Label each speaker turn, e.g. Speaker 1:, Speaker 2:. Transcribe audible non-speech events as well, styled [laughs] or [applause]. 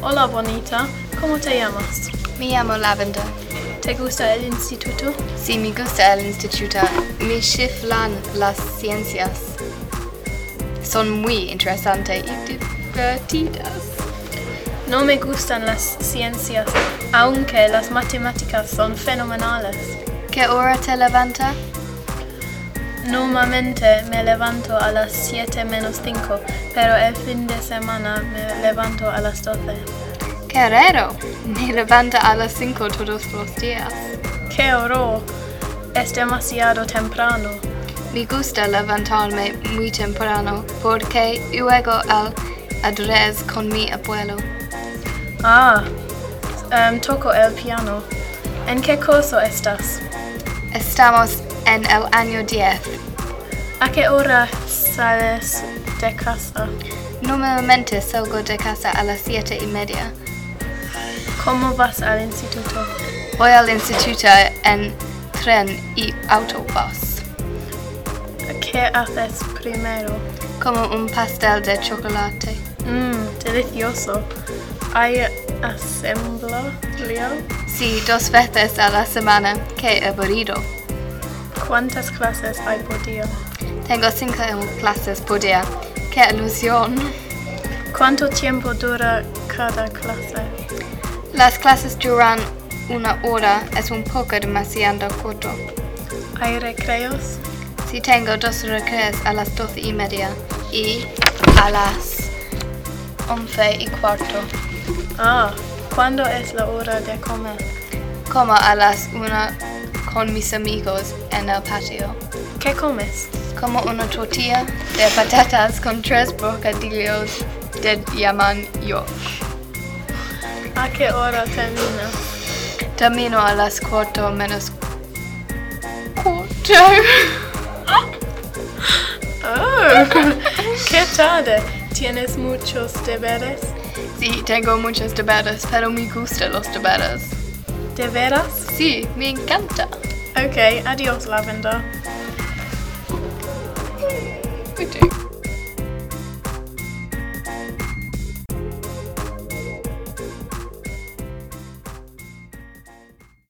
Speaker 1: Hola bonita, ¿cómo te llamas?
Speaker 2: Mi llamo Lavender.
Speaker 1: ¿Te gusta el instituto?
Speaker 2: Si me gusta el instituto, me chiflan las ciencias. Son muy interesantes y divertidas.
Speaker 1: No me gustan las ciencias, aunque las matemáticas son fenomenales.
Speaker 2: ¿Qué hora te levanta?
Speaker 1: Normalmente me levanto a las 7 menos 5, pero el fin de semana me levanto a las 12.
Speaker 2: ¡Qué raro! Me levanta a las 5 todos los días.
Speaker 1: ¡Qué horror! Es demasiado temprano.
Speaker 2: Me gusta levantarme muy temprano porque juego al ajedrez con mi abuelo.
Speaker 1: Ah, em, toco el piano. ¿En qué curso estás?
Speaker 2: Estamos en el año 10.
Speaker 1: ¿A qué hora sales de casa?
Speaker 2: Normalmente salgo de casa a las 7 y media.
Speaker 1: ¿Cómo vas al instituto?
Speaker 2: Voy al instituto en tren y autobús.
Speaker 1: ¿Qué haces primero?
Speaker 2: Como un pastel de chocolate.
Speaker 1: Mmm, delicioso. ¿Hay asamblea?
Speaker 2: Sí, dos veces a la semana. ¡Qué aburrido!
Speaker 1: ¿Cuántas clases hay por día?
Speaker 2: Tengo cinco clases por día. ¡Qué ilusión!
Speaker 1: ¿Cuánto tiempo dura cada clase?
Speaker 2: Las clases duran una hora. Es un poco demasiado corto.
Speaker 1: ¿Hay recreos?
Speaker 2: Si tengo dos recreos a las doce y media y a las once y cuarto.
Speaker 1: Ah, ¿cuándo es la hora de comer?
Speaker 2: Como a las una con mis amigos en el patio.
Speaker 1: ¿Qué comes?
Speaker 2: Como una tortilla de patatas con tres bocadillos de llaman yo.
Speaker 1: ¿A qué hora termina?
Speaker 2: Termino a las cuatro menos cuarto.
Speaker 1: Oh, [laughs] qué tarde. ¿Tienes muchos deberes?
Speaker 2: Sí, tengo muchos deberes, pero me gustan los deberes.
Speaker 1: ¿De veras?
Speaker 2: Sí, me encanta.
Speaker 1: Ok, adiós, Lavender.